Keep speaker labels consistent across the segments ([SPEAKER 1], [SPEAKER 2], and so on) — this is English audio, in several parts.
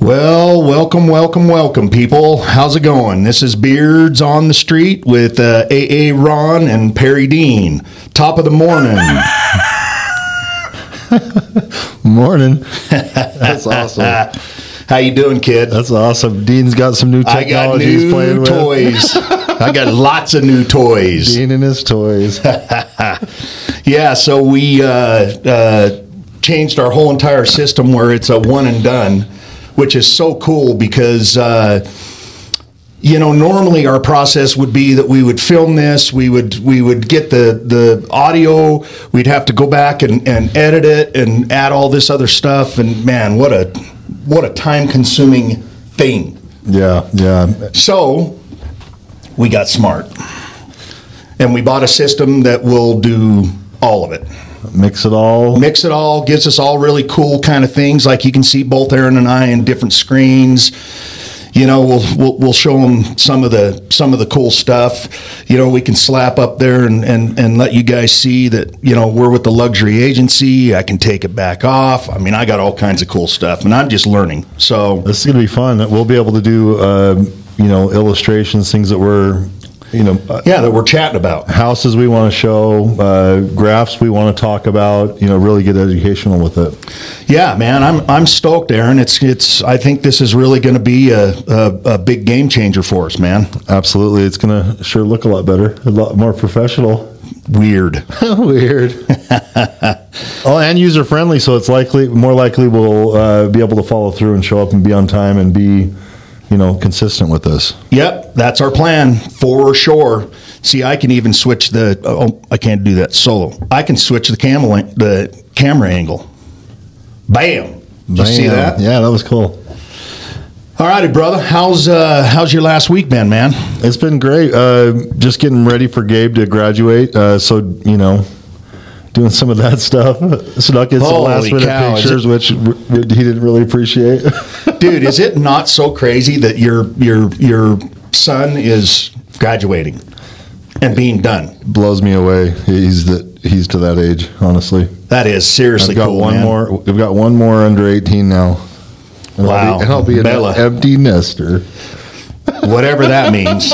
[SPEAKER 1] Well, welcome, welcome, welcome, people. How's it going? This is Beards on the Street with uh, AA Ron and Perry Dean. Top of the morning.
[SPEAKER 2] Morning. That's awesome.
[SPEAKER 1] How you doing, kid?
[SPEAKER 2] That's awesome. Dean's got some new
[SPEAKER 1] I got
[SPEAKER 2] technology he's playing
[SPEAKER 1] new toys. I got lots of new
[SPEAKER 2] with.
[SPEAKER 1] toys.
[SPEAKER 2] Dean and his toys.
[SPEAKER 1] Yeah, so we uh, uh, changed our whole entire system where it's a one and done, which is so cool because. Uh, you know normally our process would be that we would film this we would we would get the the audio we'd have to go back and, and edit it and add all this other stuff and man what a what a time consuming thing
[SPEAKER 2] yeah, yeah.
[SPEAKER 1] so we got smart and we bought a system that will do all of it
[SPEAKER 2] Mix it all.
[SPEAKER 1] mix it all gives us all really cool kind of things like you can see both aaron and i in different screens you know we'll, we'll we'll show them some of the some of the cool stuff you know we can slap up there and and and let you guys see that you know we're with the luxury agency i can take it back off i mean i got all kinds of cool stuff and i'm just learning so
[SPEAKER 2] This is going to be fun. We'll be able to do, uh, you know, illustrations, things that we're, you know, uh,
[SPEAKER 1] yeah that we're chatting about
[SPEAKER 2] houses we want to show, uh, graphs we want to talk about, you know, really get educational with it.
[SPEAKER 1] Yeah, man, I'm I'm stoked, Aaron. It's it's. I think this is really going to be a, a a big game changer for us, man.
[SPEAKER 2] Absolutely. It's going to sure look a lot better, a lot more professional.
[SPEAKER 1] Weird.
[SPEAKER 2] Weird. oh, and user friendly, so it's likely more likely we'll uh, be able to follow through and show up and be on time and be, you know, consistent with this.
[SPEAKER 1] Yep, that's our plan for sure. See, I can even switch the. Oh, I can't do that solo. I can switch the camera the camera angle. Bam! Did you see
[SPEAKER 2] Bam.
[SPEAKER 1] that?
[SPEAKER 2] Yeah, that was cool.
[SPEAKER 1] All righty, brother. How's uh, how's your last week been, man?
[SPEAKER 2] It's been great. Uh, just getting ready for Gabe to graduate, uh, so you know, doing some of that stuff. Snuck in some
[SPEAKER 1] Holy
[SPEAKER 2] last minute
[SPEAKER 1] cow, is
[SPEAKER 2] pictures, which r- he didn't really appreciate.
[SPEAKER 1] Dude, is it not so crazy that your your your son is graduating and being done?
[SPEAKER 2] Blows me away. He's that he's to that age. Honestly.
[SPEAKER 1] That is seriously
[SPEAKER 2] I've got
[SPEAKER 1] cool,
[SPEAKER 2] one
[SPEAKER 1] man.
[SPEAKER 2] more. We've got one more under eighteen now. And I'll
[SPEAKER 1] Wow.
[SPEAKER 2] be, and I'll be an
[SPEAKER 1] Bella.
[SPEAKER 2] empty nester.
[SPEAKER 1] whatever that means.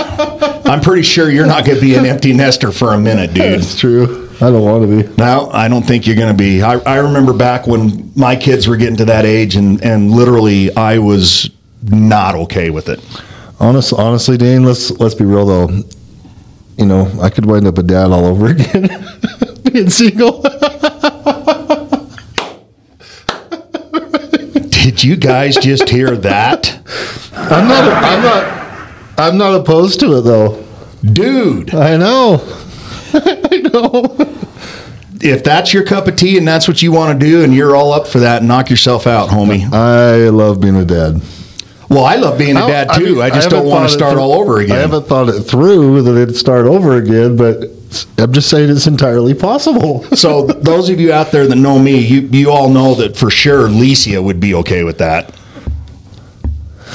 [SPEAKER 1] I'm pretty sure you're not going to be an empty nester for a minute, dude.
[SPEAKER 2] It's true. I don't want to be.
[SPEAKER 1] No, I don't think you're going to be. I, I remember back when my kids were getting to that age, and, and literally I was not okay with it.
[SPEAKER 2] Honest, honestly, Dane. Let's let's be real though. You know, I could wind up a dad all over again, being single.
[SPEAKER 1] Did you guys just hear that?
[SPEAKER 2] I'm not. I'm not. I'm not opposed to it though.
[SPEAKER 1] Dude,
[SPEAKER 2] I know. I know.
[SPEAKER 1] if that's your cup of tea and that's what you want to do and you're all up for that, knock yourself out, homie.
[SPEAKER 2] I love being a dad.
[SPEAKER 1] Well, I love being a dad too.
[SPEAKER 2] mean,
[SPEAKER 1] I just don't
[SPEAKER 2] haven't
[SPEAKER 1] want
[SPEAKER 2] thought
[SPEAKER 1] to
[SPEAKER 2] it
[SPEAKER 1] start
[SPEAKER 2] through-
[SPEAKER 1] all over
[SPEAKER 2] I
[SPEAKER 1] again.
[SPEAKER 2] haven't thought it through that it'd start over again, but I'm just saying it's entirely possible.
[SPEAKER 1] So, th- those of you out there that know me, you, you all know that for sure Licia would be okay with that.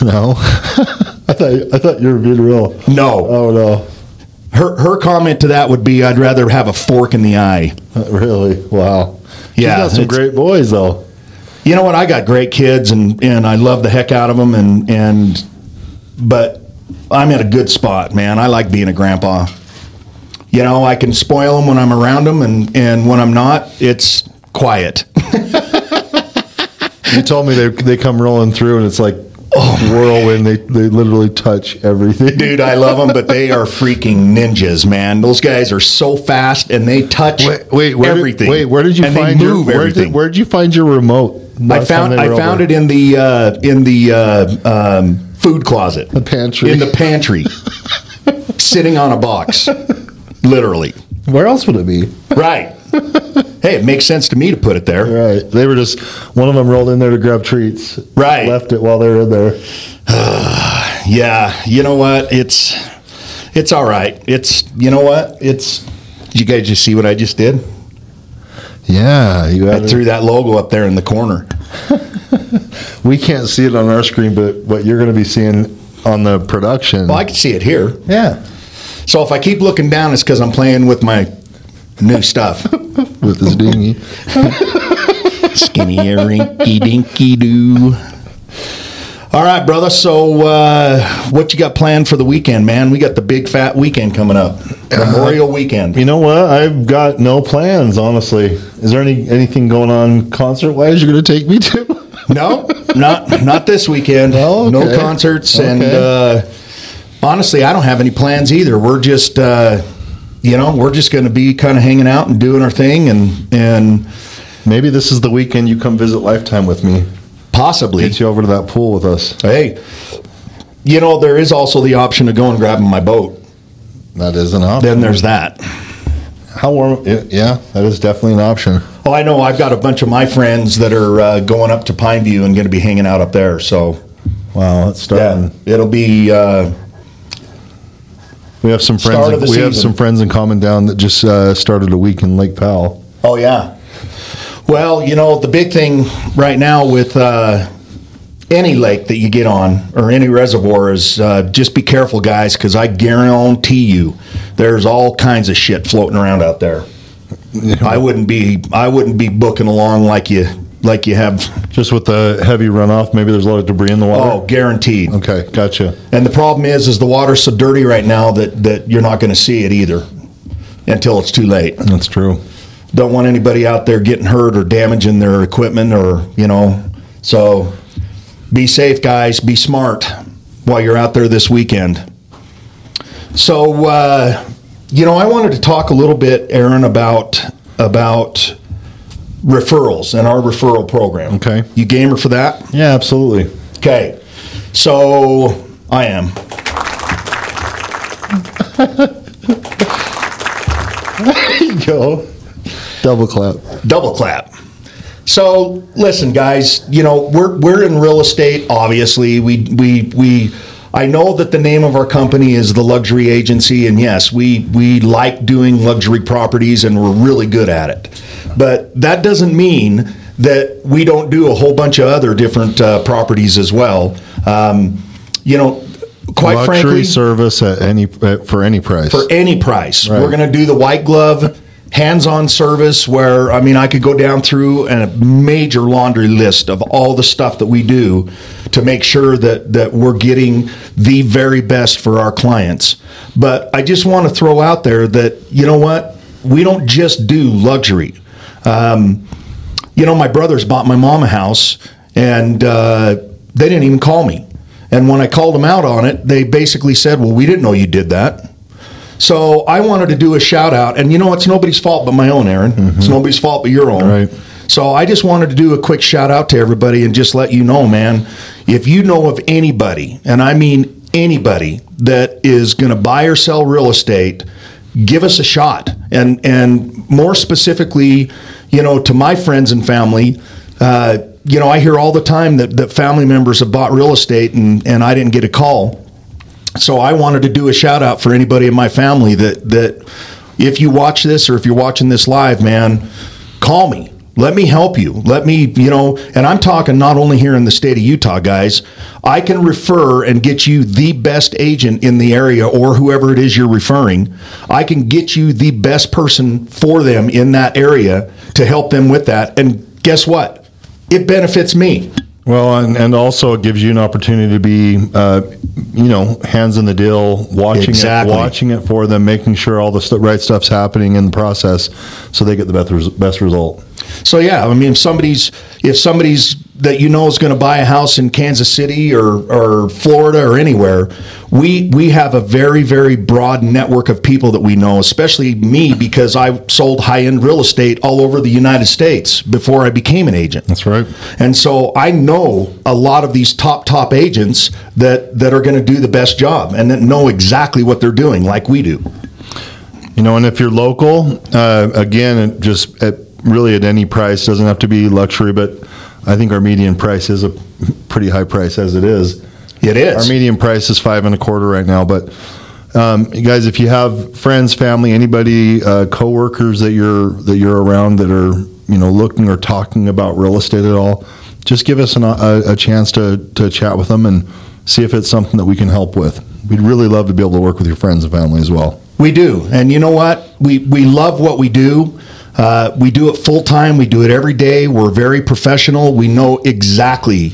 [SPEAKER 2] no, I thought I thought you were being real.
[SPEAKER 1] No.
[SPEAKER 2] Oh no,
[SPEAKER 1] Her her comment to that would be, I'd rather have a fork in the eye.
[SPEAKER 2] Not really? Wow.
[SPEAKER 1] Yeah,
[SPEAKER 2] She's got some
[SPEAKER 1] it's-
[SPEAKER 2] great boys though.
[SPEAKER 1] You know what? I got great kids, and and I love the heck out of them, and and but I'm at a good spot, man. I like being a grandpa. You know, I can spoil them when I'm around them, and and when I'm not, it's quiet.
[SPEAKER 2] You told me they they come rolling through and it's like whirlwind. They they literally touch everything.
[SPEAKER 1] Dude, I love them, but they are freaking ninjas, man. Those guys are so fast, and they touch
[SPEAKER 2] Wait, wait, where
[SPEAKER 1] everything.
[SPEAKER 2] Did, wait, where did you
[SPEAKER 1] and
[SPEAKER 2] find
[SPEAKER 1] they move
[SPEAKER 2] your? Where
[SPEAKER 1] everything?
[SPEAKER 2] did, where did you find your remote?
[SPEAKER 1] I found I found it in the uh, in the uh, um, food closet, the
[SPEAKER 2] pantry.
[SPEAKER 1] in the pantry, sitting on a box, literally.
[SPEAKER 2] it. Where else would it be?
[SPEAKER 1] Right. Hey, it makes sense to me to put it there.
[SPEAKER 2] Right. They were just one of them rolled in there to grab treats.
[SPEAKER 1] Right.
[SPEAKER 2] Left it while they were in there.
[SPEAKER 1] Yeah, you know what? It's it's all right. It's you know what? It's did you guys just see what I just did?
[SPEAKER 2] Yeah, you
[SPEAKER 1] I
[SPEAKER 2] had
[SPEAKER 1] threw that logo up there in the corner.
[SPEAKER 2] We can't see it on our screen, but what you're going to be seeing on the production.
[SPEAKER 1] Well, I can see it here.
[SPEAKER 2] yeah.
[SPEAKER 1] So if I keep looking down, it's because I'm playing with my new stuff.
[SPEAKER 2] With this dinghy.
[SPEAKER 1] skinny rinky dinky doo. All right, brother. So, uh, what you got planned for the weekend, man? We got the big fat weekend coming up,
[SPEAKER 2] Uh-huh.
[SPEAKER 1] Memorial Weekend.
[SPEAKER 2] You know what? I've got no plans, honestly. Is there any anything going on concert wise you're going to take me to?
[SPEAKER 1] No, not not this weekend.
[SPEAKER 2] No? Oh, Okay.
[SPEAKER 1] no concerts, and
[SPEAKER 2] Okay.
[SPEAKER 1] uh, honestly, I don't have any plans either. We're just, uh, you know, we're just going to be kind of hanging out and doing our thing, and and
[SPEAKER 2] Maybe this is the weekend you come visit Lifetime with me.
[SPEAKER 1] possibly,
[SPEAKER 2] Get you over to that pool with us.
[SPEAKER 1] hey, you know, there is also the option of going and grabbing my boat.
[SPEAKER 2] That is an option.
[SPEAKER 1] Then there's that.
[SPEAKER 2] How warm? y- Yeah, that is definitely an option.
[SPEAKER 1] Oh, I know. I've got a bunch of my friends that are uh, going up to Pine View and going to be hanging out up there. So
[SPEAKER 2] Wow, it's starting.
[SPEAKER 1] yeah, it'll be. Uh,
[SPEAKER 2] We have some friends.
[SPEAKER 1] Start of
[SPEAKER 2] we
[SPEAKER 1] the
[SPEAKER 2] have
[SPEAKER 1] season.
[SPEAKER 2] some friends in common down that just uh, started a week in Lake Powell.
[SPEAKER 1] Oh yeah. Well, you know the big thing right now with uh, any lake that you get on or any reservoir is uh, just be careful, guys, because I guarantee you, there's all kinds of shit floating around out there. I wouldn't be I wouldn't be booking along like you like you have.
[SPEAKER 2] Just with the heavy runoff, maybe there's a lot of debris in the
[SPEAKER 1] Oh,
[SPEAKER 2] water.
[SPEAKER 1] guaranteed.
[SPEAKER 2] Okay, gotcha.
[SPEAKER 1] And the problem is, is the water's so dirty right now that that you're not going to see it either until it's too late.
[SPEAKER 2] That's true.
[SPEAKER 1] don't want anybody out there getting hurt or damaging their equipment or you know so be safe guys be smart while you're out there this weekend so uh, you know i wanted to talk a little bit aaron about about referrals and our referral program
[SPEAKER 2] Okay.
[SPEAKER 1] you gamer for that
[SPEAKER 2] Yeah, absolutely.
[SPEAKER 1] okay so i am
[SPEAKER 2] Go. Double clap.
[SPEAKER 1] double clap. So listen, guys, you know we're we're in real estate. Obviously, we we we. I know that the name of our company is the Luxury Agency, and yes, we we like doing luxury properties, and we're really good at it. But that doesn't mean that we don't do a whole bunch of other different uh, properties as well. Um, you know, quite
[SPEAKER 2] Luxury
[SPEAKER 1] frankly,
[SPEAKER 2] service at any at, for any price.
[SPEAKER 1] for any price.
[SPEAKER 2] Right.
[SPEAKER 1] We're going to do the white glove hands-on service where I mean I could go down through a major laundry list of all the stuff that we do to make sure that that we're getting the very best for our clients. But I just want to throw out there that you know what? We don't just do luxury. Um, you know, my brothers bought my mom a house and uh, they didn't even call me. And when I called them out on it, they basically said, Well, we didn't know you did that. So I wanted to do a shout out. And you know, it's nobody's fault but my own, Aaron. It's nobody's fault but your own.
[SPEAKER 2] Right.
[SPEAKER 1] So I just wanted to do a quick shout out to everybody and just let you know, man, if you know of anybody, and I mean anybody that is going to buy or sell real estate, give us a shot. And and more specifically, you know, to my friends and family, uh, you know, I hear all the time that, that family members have bought real estate and, and I didn't get a call. So I wanted to do a shout out for anybody in my family that that if you watch this or if you're watching this live, man, call me. Let me help you. Let me, you know, and I'm talking not only here in the state of Utah, guys. I can refer and get you the best agent in the area or whoever it is you're referring. I can get you the best person for them in that area to help them with that. And guess what? It benefits me.
[SPEAKER 2] Well, and, and also it gives you an opportunity to be, uh, you know, hands in the deal, watching
[SPEAKER 1] Exactly.
[SPEAKER 2] it, watching it for them, making sure all the stu right stuff's happening in the process, so they get the best, res- best result.
[SPEAKER 1] So yeah, I mean, if somebody's if somebody's that you know is going to buy a house in Kansas City or or Florida or anywhere, we we have a very very broad network of people that we know, especially me because I sold high end real estate all over the United States before I became an agent.
[SPEAKER 2] That's right.
[SPEAKER 1] And so I know a lot of these top top agents that that are going to do the best job and that know exactly what they're doing like we do.
[SPEAKER 2] You know, and if you're local, uh, again, it just at really at any price doesn't have to be luxury, but I think our median price is a pretty high price as it is.
[SPEAKER 1] It is.
[SPEAKER 2] Our median price is five and a quarter right now, but um, you guys, if you have friends, family, anybody, uh, coworkers that you're that you're around that are you know looking or talking about real estate at all, just give us an, uh, a, a chance to to chat with them and see if it's something that we can help with. We'd really love to be able to work with your friends and family as well.
[SPEAKER 1] We do, and you know what? We we love what we do. Uh, we do it full time. We do it every day. We're very professional. We know exactly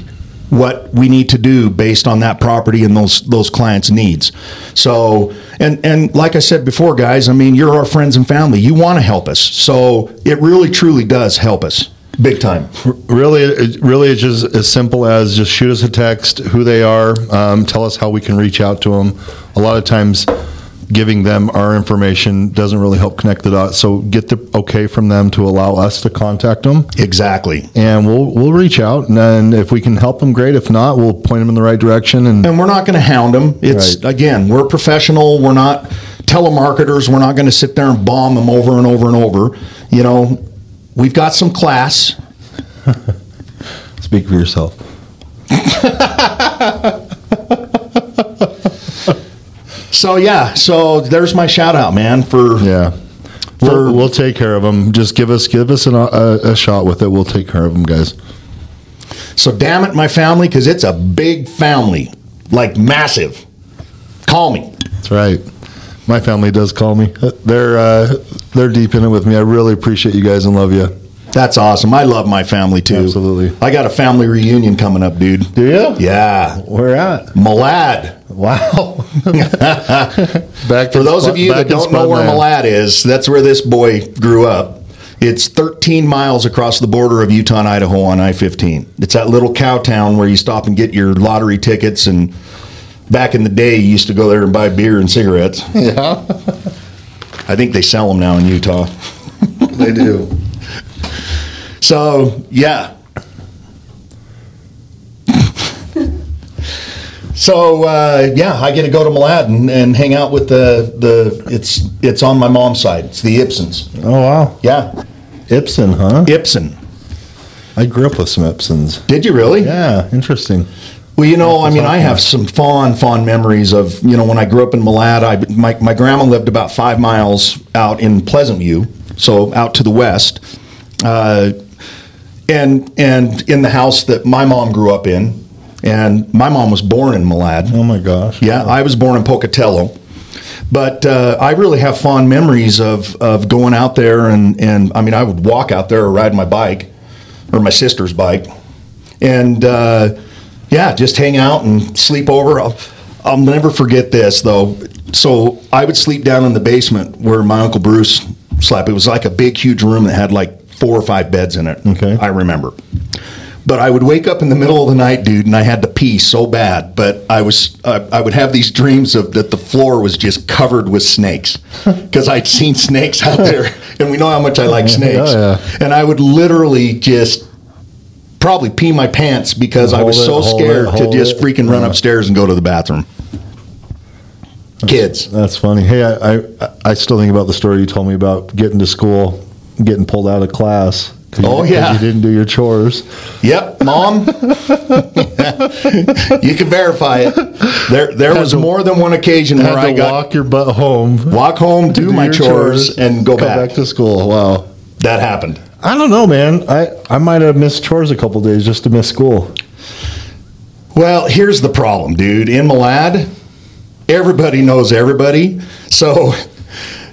[SPEAKER 1] what we need to do based on that property and those those clients' needs. So, and and like I said before, guys, I mean, you're our friends and family. You want to help us, so it really truly does help us big time.
[SPEAKER 2] Really, it, really, it's just as simple as just shoot us a text, who they are, um, tell us how we can reach out to them. A lot of times, giving them our information doesn't really help connect the dots. So get the okay from them to allow us to contact them,
[SPEAKER 1] Exactly.
[SPEAKER 2] and we'll we'll reach out, and then if we can help them, great. If not, we'll point them in the right direction. And
[SPEAKER 1] and we're not going to hound them. It's
[SPEAKER 2] Right.
[SPEAKER 1] again, we're professional. We're not telemarketers. We're not going to sit there and bomb them over and over and over. You know, we've got some class.
[SPEAKER 2] speak for yourself.
[SPEAKER 1] So yeah, so there's my shout out, man, for
[SPEAKER 2] Yeah.
[SPEAKER 1] For-
[SPEAKER 2] We'll, we'll take care of them. Just give us give us an, a, a shot with it. We'll take care of them, guys.
[SPEAKER 1] so damn it, my family, because it's a big family, like massive. Call me.
[SPEAKER 2] That's right. My family does call me. They're uh, they're deep in it with me. I really appreciate you guys and love you.
[SPEAKER 1] That's awesome. I love my family too.
[SPEAKER 2] Absolutely.
[SPEAKER 1] I got a family reunion coming up, dude.
[SPEAKER 2] Do you?
[SPEAKER 1] Yeah,
[SPEAKER 2] We're at.
[SPEAKER 1] Malad.
[SPEAKER 2] Wow. back
[SPEAKER 1] For those of you that don't know where Malad is, that's where this boy grew up. It's 13 miles across the border of Utah and Idaho on I 15. It's that little cow town where you stop and get your lottery tickets. And back in the day, you used to go there and buy beer and cigarettes.
[SPEAKER 2] Yeah,
[SPEAKER 1] I think they sell them now in Utah.
[SPEAKER 2] they do.
[SPEAKER 1] So, yeah. so, uh, yeah, I get to go to Malad and, and hang out with the, the it's, it's on my mom's side. It's the Ibsens.
[SPEAKER 2] Oh wow.
[SPEAKER 1] Yeah.
[SPEAKER 2] Ibsen, huh?
[SPEAKER 1] Ibsen.
[SPEAKER 2] I grew up with some Ibsens.
[SPEAKER 1] Did you really?
[SPEAKER 2] Yeah, interesting.
[SPEAKER 1] Well, you know, I mean, I have some fond, fond memories of you know when I grew up in Malad. I my my grandma lived about five miles out in Pleasant View, so out to the west, uh, and and in the house that my mom grew up in, and my mom was born in Malad.
[SPEAKER 2] Oh my gosh.
[SPEAKER 1] Yeah, I was born in Pocatello, but uh, I really have fond memories of of going out there and and I mean I would walk out there or ride my bike or my sister's bike, and uh, yeah, just hang out and sleep over. I'll, I'll never forget this though. So I would sleep down in the basement where my uncle Bruce slept. It was like a big, huge room that had like four or five beds in it.
[SPEAKER 2] Okay.
[SPEAKER 1] I remember. But I would wake up in the middle of the night, dude, and I had to pee so bad. But I was, uh, I would have these dreams of that the floor was just covered with snakes because I'd seen snakes out there, and we know how much I like snakes.
[SPEAKER 2] yeah.
[SPEAKER 1] And I would literally just probably pee my pants because I was so
[SPEAKER 2] Hold it, hold it,
[SPEAKER 1] scared to
[SPEAKER 2] hold
[SPEAKER 1] just
[SPEAKER 2] it.
[SPEAKER 1] freaking run
[SPEAKER 2] Yeah.
[SPEAKER 1] upstairs and go to the bathroom. Kids,
[SPEAKER 2] That's funny. Hey, I, I I still think about the story you told me about getting to school, getting pulled out of class. 'cause you-
[SPEAKER 1] Oh,
[SPEAKER 2] 'cause
[SPEAKER 1] yeah.
[SPEAKER 2] you didn't do your chores.
[SPEAKER 1] yep, mom, you can verify it. There, there was
[SPEAKER 2] to-
[SPEAKER 1] more than one occasion
[SPEAKER 2] Had
[SPEAKER 1] where
[SPEAKER 2] to
[SPEAKER 1] I got
[SPEAKER 2] walk your butt home,
[SPEAKER 1] walk home, do, my
[SPEAKER 2] your
[SPEAKER 1] chores, and go
[SPEAKER 2] come
[SPEAKER 1] back.
[SPEAKER 2] to school. Wow.
[SPEAKER 1] That happened.
[SPEAKER 2] I don't know, man. I, I might have missed chores a couple days just to miss school.
[SPEAKER 1] Well, here's the problem, dude. In Malad, everybody knows everybody. So,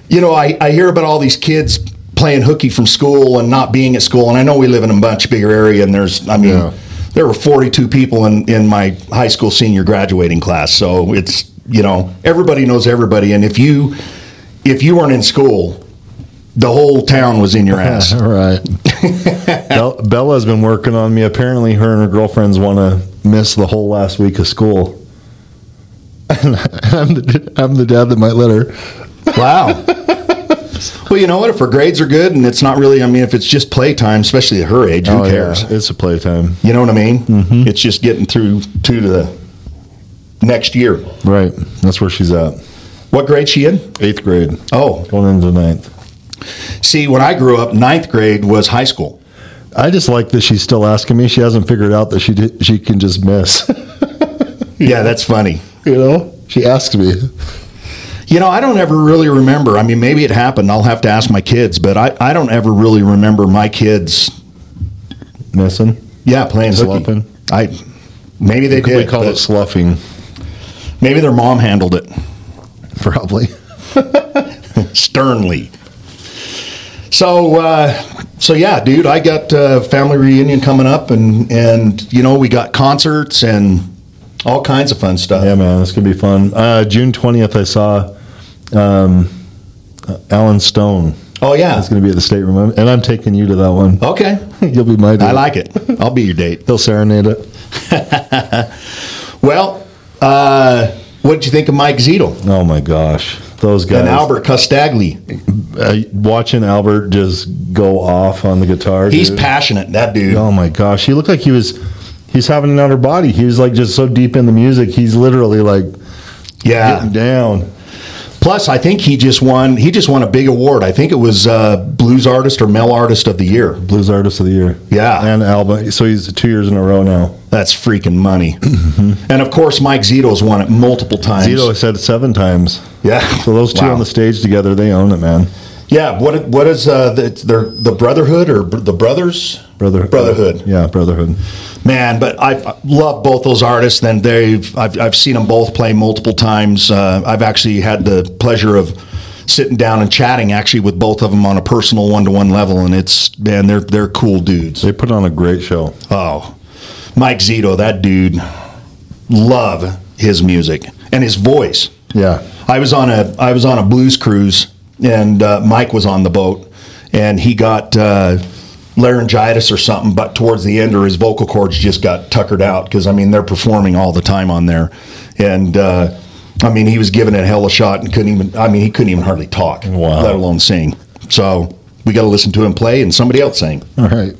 [SPEAKER 1] you know, I, I hear about all these kids playing hooky from school and not being at school. And I know we live in a much bigger area, and there's, I mean,
[SPEAKER 2] Yeah.
[SPEAKER 1] there were 42 people in, in my high school senior graduating class. So it's, you know, everybody knows everybody. And if you, if you weren't in school, the whole town was in your ass.
[SPEAKER 2] All right. Bel- Bella's been working on me. Apparently, her and her girlfriends want to miss the whole last week of school. And I'm the, I'm the dad that might let her.
[SPEAKER 1] Wow. well, you know what? If her grades are good and it's not really, I mean, if it's just playtime, especially at her age, who
[SPEAKER 2] Oh, yeah. Mm-hmm.
[SPEAKER 1] cares?
[SPEAKER 2] It's a playtime.
[SPEAKER 1] You know what I mean? It's just getting through to the next year.
[SPEAKER 2] Right. That's where she's at.
[SPEAKER 1] What grade she in?
[SPEAKER 2] Eighth grade.
[SPEAKER 1] Oh,
[SPEAKER 2] Going into ninth.
[SPEAKER 1] see, when I grew up, ninth grade was high school.
[SPEAKER 2] I just like that she's still asking me. She hasn't figured out that she did, she can just miss.
[SPEAKER 1] Yeah, that's funny.
[SPEAKER 2] you know, she asks me.
[SPEAKER 1] You know, I don't ever really remember. I mean, maybe it happened. I'll have to ask my kids, but I, I don't ever really remember my kids,
[SPEAKER 2] Missing.
[SPEAKER 1] yeah, playing hooky.
[SPEAKER 2] Sloughing?
[SPEAKER 1] I maybe they
[SPEAKER 2] We
[SPEAKER 1] did.
[SPEAKER 2] call it
[SPEAKER 1] but
[SPEAKER 2] sloughing,
[SPEAKER 1] maybe their mom handled it.
[SPEAKER 2] probably.
[SPEAKER 1] sternly. So, uh, so yeah, dude, I got uh, family reunion coming up, and and you know we got concerts and all kinds of fun stuff.
[SPEAKER 2] Yeah, man, this could be fun. Uh, June twentieth, I saw um, Alan Stone.
[SPEAKER 1] Oh yeah,
[SPEAKER 2] It's going to be at the stateroom, and I'm taking you to that one.
[SPEAKER 1] okay,
[SPEAKER 2] You'll be my. Date.
[SPEAKER 1] I like it. I'll be your date.
[SPEAKER 2] They'll serenade it.
[SPEAKER 1] Well, uh, what did you think of Mike Zito
[SPEAKER 2] Oh my gosh, those guys.
[SPEAKER 1] and Albert Costagli?
[SPEAKER 2] Uh, watching Albert just go off on the guitar.
[SPEAKER 1] He's
[SPEAKER 2] dude.
[SPEAKER 1] passionate, that dude.
[SPEAKER 2] Oh my gosh, he looked like he was. He's having an outer body. He was like just so deep in the music. He's literally like
[SPEAKER 1] Yeah.
[SPEAKER 2] getting down.
[SPEAKER 1] Plus, I think he just won. He just won a big award. I think it was uh, blues artist or male artist of the year.
[SPEAKER 2] Blues Artist of the Year.
[SPEAKER 1] Yeah.
[SPEAKER 2] and album. So he's two years in a row now.
[SPEAKER 1] That's freaking money. and of course, Mike Zito's won it multiple times.
[SPEAKER 2] Mm-hmm. Zito said it seven times.
[SPEAKER 1] Yeah.
[SPEAKER 2] So those two
[SPEAKER 1] Wow.
[SPEAKER 2] on the stage together, they own it, man.
[SPEAKER 1] Yeah. What what is uh, the their, the brotherhood or br- the brothers?
[SPEAKER 2] Brother, uh,
[SPEAKER 1] Brotherhood.
[SPEAKER 2] Yeah, brotherhood.
[SPEAKER 1] Man, but I I love both those artists. And they've I've, I've seen them both play multiple times. Uh, I've actually had the pleasure of sitting down and chatting actually with both of them on a personal one to one level. And it's man, they're they're cool dudes.
[SPEAKER 2] They put on a great show.
[SPEAKER 1] Oh, Mike Zito, that dude, love his music and his voice.
[SPEAKER 2] Yeah.
[SPEAKER 1] I was on a I was on a blues cruise, and uh, Mike was on the boat, and he got uh, laryngitis or something. But towards the end, or his vocal cords just got tuckered out because I mean they're performing all the time on there, and uh, I mean he was giving it a hell of a shot and couldn't even. I mean he couldn't even hardly talk,
[SPEAKER 2] Wow.
[SPEAKER 1] let alone sing. So we got to listen to him play and somebody else sing.
[SPEAKER 2] All right.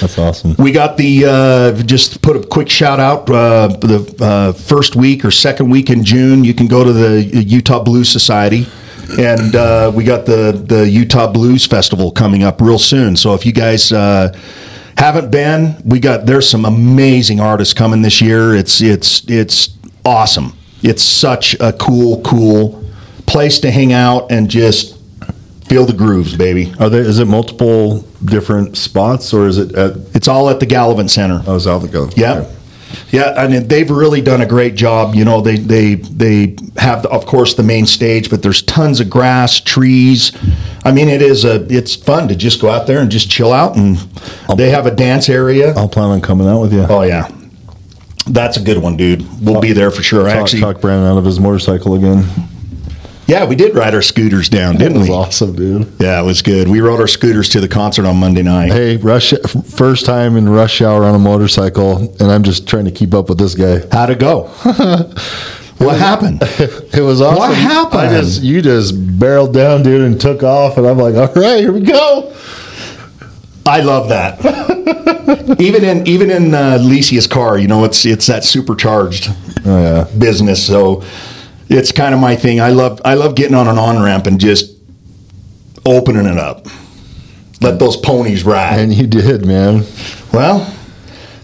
[SPEAKER 2] That's awesome.
[SPEAKER 1] We got the uh, just put a quick shout out uh, the uh, first week or second week in June. You can go to the Utah Blues Society, and uh, we got the the Utah Blues Festival coming up real soon. So if you guys. Uh, haven't been. We got there's some amazing artists coming this year. It's it's it's awesome. It's such a cool cool place to hang out and just feel the grooves, baby.
[SPEAKER 2] Are there? Is it multiple different spots, or is it at? oh,
[SPEAKER 1] It's all at the Gallivan Center.
[SPEAKER 2] I was out the go.
[SPEAKER 1] Yeah. Yeah, I mean they've really done a great job. You know, they they they have of course the main stage, but there's tons of grass, trees. I mean, it is a it's fun to just go out there and just chill out, and they have a dance area.
[SPEAKER 2] I'll plan on coming out with you.
[SPEAKER 1] Oh yeah, that's a good one, dude. We'll be there for sure. I
[SPEAKER 2] Talk,
[SPEAKER 1] Actually,
[SPEAKER 2] talk Brandon out of his motorcycle again.
[SPEAKER 1] yeah, we did ride our scooters down,
[SPEAKER 2] That
[SPEAKER 1] didn't
[SPEAKER 2] was
[SPEAKER 1] we?
[SPEAKER 2] awesome, dude.
[SPEAKER 1] Yeah, it was good. We rode our scooters to the concert on Monday night.
[SPEAKER 2] Hey, rush first time in rush hour on a motorcycle, and I'm just trying to keep up with this guy.
[SPEAKER 1] How'd it go? what happened?
[SPEAKER 2] It was awesome.
[SPEAKER 1] What happened?
[SPEAKER 2] I just you just barreled down, dude, and took off, and I'm like, all right, here we go.
[SPEAKER 1] I love that. even in even in uh, Lisia's car, you know, it's it's that supercharged uh,
[SPEAKER 2] Oh yeah.
[SPEAKER 1] business. So it's kind of my thing. I love I love getting on an on ramp and just opening it up. Let those ponies ride.
[SPEAKER 2] And you did, man.
[SPEAKER 1] Well,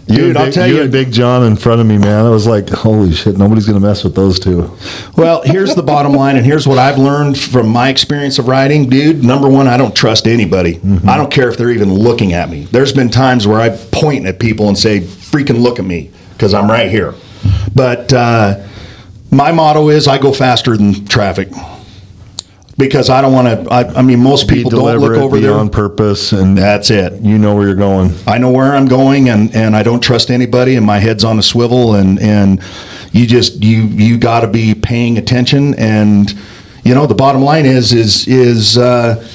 [SPEAKER 2] You
[SPEAKER 1] Dude,
[SPEAKER 2] and
[SPEAKER 1] I'll
[SPEAKER 2] Big-
[SPEAKER 1] tell you-
[SPEAKER 2] and Big John in front of me, man. I was like, holy shit, nobody's gonna mess with those two.
[SPEAKER 1] well, here's the bottom line, and here's what I've learned from my experience of riding, dude. Number one, I don't trust anybody.
[SPEAKER 2] Mm-hmm.
[SPEAKER 1] I don't care if they're even looking at me. There's been times where I point at people and say, "Freaking look at me," because I'm right here. But uh, my motto is, I go faster than traffic because I don't want to. I, I mean, most people don't look over
[SPEAKER 2] be
[SPEAKER 1] there.
[SPEAKER 2] on purpose, and
[SPEAKER 1] That's it.
[SPEAKER 2] you know where you're going.
[SPEAKER 1] I know where I'm going and, and I don't trust anybody and my head's on a swivel and, and you just you you got to be paying attention and you know the bottom line is is is uh,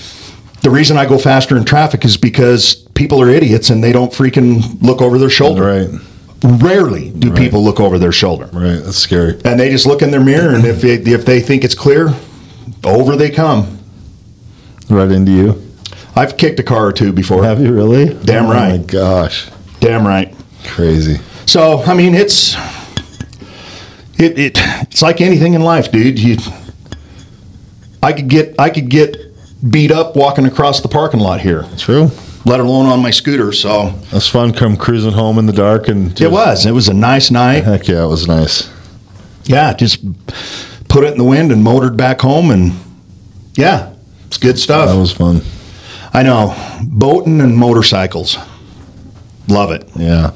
[SPEAKER 1] the reason I go faster in traffic is because people are idiots and they don't freaking look over their shoulder.
[SPEAKER 2] Right,
[SPEAKER 1] Rarely do people look over their shoulder.
[SPEAKER 2] right. That's scary.
[SPEAKER 1] And they just look in their mirror and if they, if they think it's clear, over they come.
[SPEAKER 2] Right into you.
[SPEAKER 1] I've kicked a car or two before.
[SPEAKER 2] Have you really?
[SPEAKER 1] Damn
[SPEAKER 2] Oh my
[SPEAKER 1] right.
[SPEAKER 2] gosh,
[SPEAKER 1] Damn right.
[SPEAKER 2] crazy.
[SPEAKER 1] So I mean, it's it, it it's like anything in life, dude. You, I could get I could get beat up walking across the parking lot here,
[SPEAKER 2] True.
[SPEAKER 1] let alone on my scooter. So
[SPEAKER 2] It was fun. Come cruising home in the dark, and
[SPEAKER 1] it was it was a nice night.
[SPEAKER 2] Heck yeah, it was nice.
[SPEAKER 1] Yeah, just put it in the wind and motored back home, and yeah, it's good
[SPEAKER 2] That
[SPEAKER 1] stuff.
[SPEAKER 2] was fun.
[SPEAKER 1] I know boating and motorcycles, love it.
[SPEAKER 2] Yeah.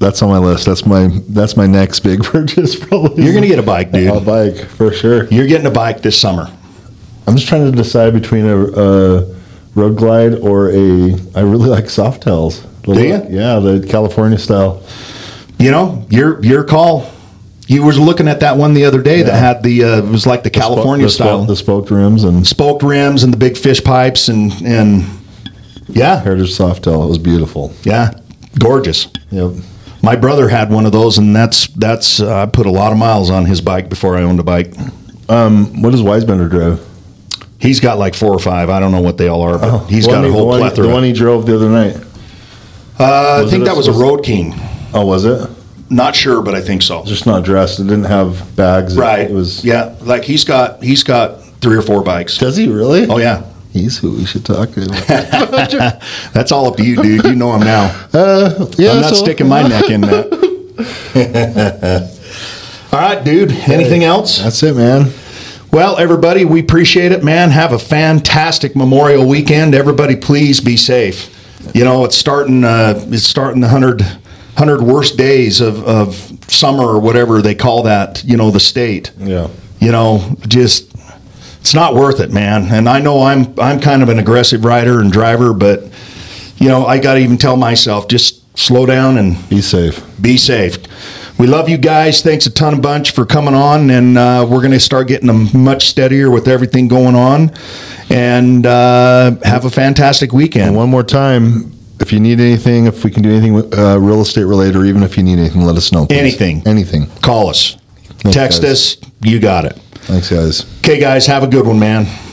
[SPEAKER 2] That's on my list. That's my that's my next big purchase probably.
[SPEAKER 1] You're gonna get a bike,
[SPEAKER 2] a
[SPEAKER 1] dude.
[SPEAKER 2] bike for sure.
[SPEAKER 1] You're getting a bike this summer.
[SPEAKER 2] I'm just trying to decide between a, a Road Glide or a. I really like Softails. The
[SPEAKER 1] Do
[SPEAKER 2] li-
[SPEAKER 1] ya?
[SPEAKER 2] Yeah, the California style.
[SPEAKER 1] You know, your your call. You was looking at that one the other day that had the uh, it was like the, California
[SPEAKER 2] the spoke-
[SPEAKER 1] style,
[SPEAKER 2] the spoked rims and
[SPEAKER 1] spoked rims and the big fish pipes and and yeah,
[SPEAKER 2] Heritage Softail. It was beautiful.
[SPEAKER 1] yeah, gorgeous.
[SPEAKER 2] Yep.
[SPEAKER 1] My brother had one of those, and that's that's uh, I put a lot of miles on his bike before I owned a bike.
[SPEAKER 2] Um, What does Weisbender drive?
[SPEAKER 1] He's got like four or five. I don't know what they all are, but he's
[SPEAKER 2] Oh,
[SPEAKER 1] got
[SPEAKER 2] The one
[SPEAKER 1] a
[SPEAKER 2] he- the
[SPEAKER 1] whole
[SPEAKER 2] one,
[SPEAKER 1] plethora.
[SPEAKER 2] The one he drove the other night.
[SPEAKER 1] uh, I
[SPEAKER 2] was
[SPEAKER 1] think
[SPEAKER 2] it a-
[SPEAKER 1] that was a
[SPEAKER 2] was-
[SPEAKER 1] Road King.
[SPEAKER 2] Oh, was it?
[SPEAKER 1] Not sure, but I think so.
[SPEAKER 2] Just not dressed. It didn't have bags. It-
[SPEAKER 1] Right.
[SPEAKER 2] It was.
[SPEAKER 1] yeah, like he's got he's got three or four bikes.
[SPEAKER 2] Does he really?
[SPEAKER 1] Oh yeah,
[SPEAKER 2] He's who we should talk to.
[SPEAKER 1] that's all up to you, dude. You know him now.
[SPEAKER 2] uh, yeah,
[SPEAKER 1] I'm not
[SPEAKER 2] so-
[SPEAKER 1] sticking my neck in that. All right, dude. Anything else?
[SPEAKER 2] That's it, man.
[SPEAKER 1] Well, everybody, we appreciate it, man. Have a fantastic Memorial weekend. Everybody, please be safe. You know, it's starting. Uh, it's starting the hundred hundred worst days of, of summer or whatever they call that. You know, the state
[SPEAKER 2] Yeah.
[SPEAKER 1] you know, just it's not worth it, man. And I know I'm I'm kind of an aggressive rider and driver, but you know, I got to even tell myself just slow down and
[SPEAKER 2] Be safe.
[SPEAKER 1] be safe. We love you guys. Thanks a ton, a bunch for coming on, and uh, we're going to start getting them much steadier with everything going on. And uh, have a fantastic
[SPEAKER 2] And
[SPEAKER 1] weekend.
[SPEAKER 2] one more time, if you need anything, if we can do anything uh, real estate related, or even if you need anything, let us know. please.
[SPEAKER 1] Anything.
[SPEAKER 2] Anything.
[SPEAKER 1] Call us,
[SPEAKER 2] Thanks,
[SPEAKER 1] text
[SPEAKER 2] guys.
[SPEAKER 1] us. You got it.
[SPEAKER 2] Thanks, guys.
[SPEAKER 1] Okay, guys, have a good one, man.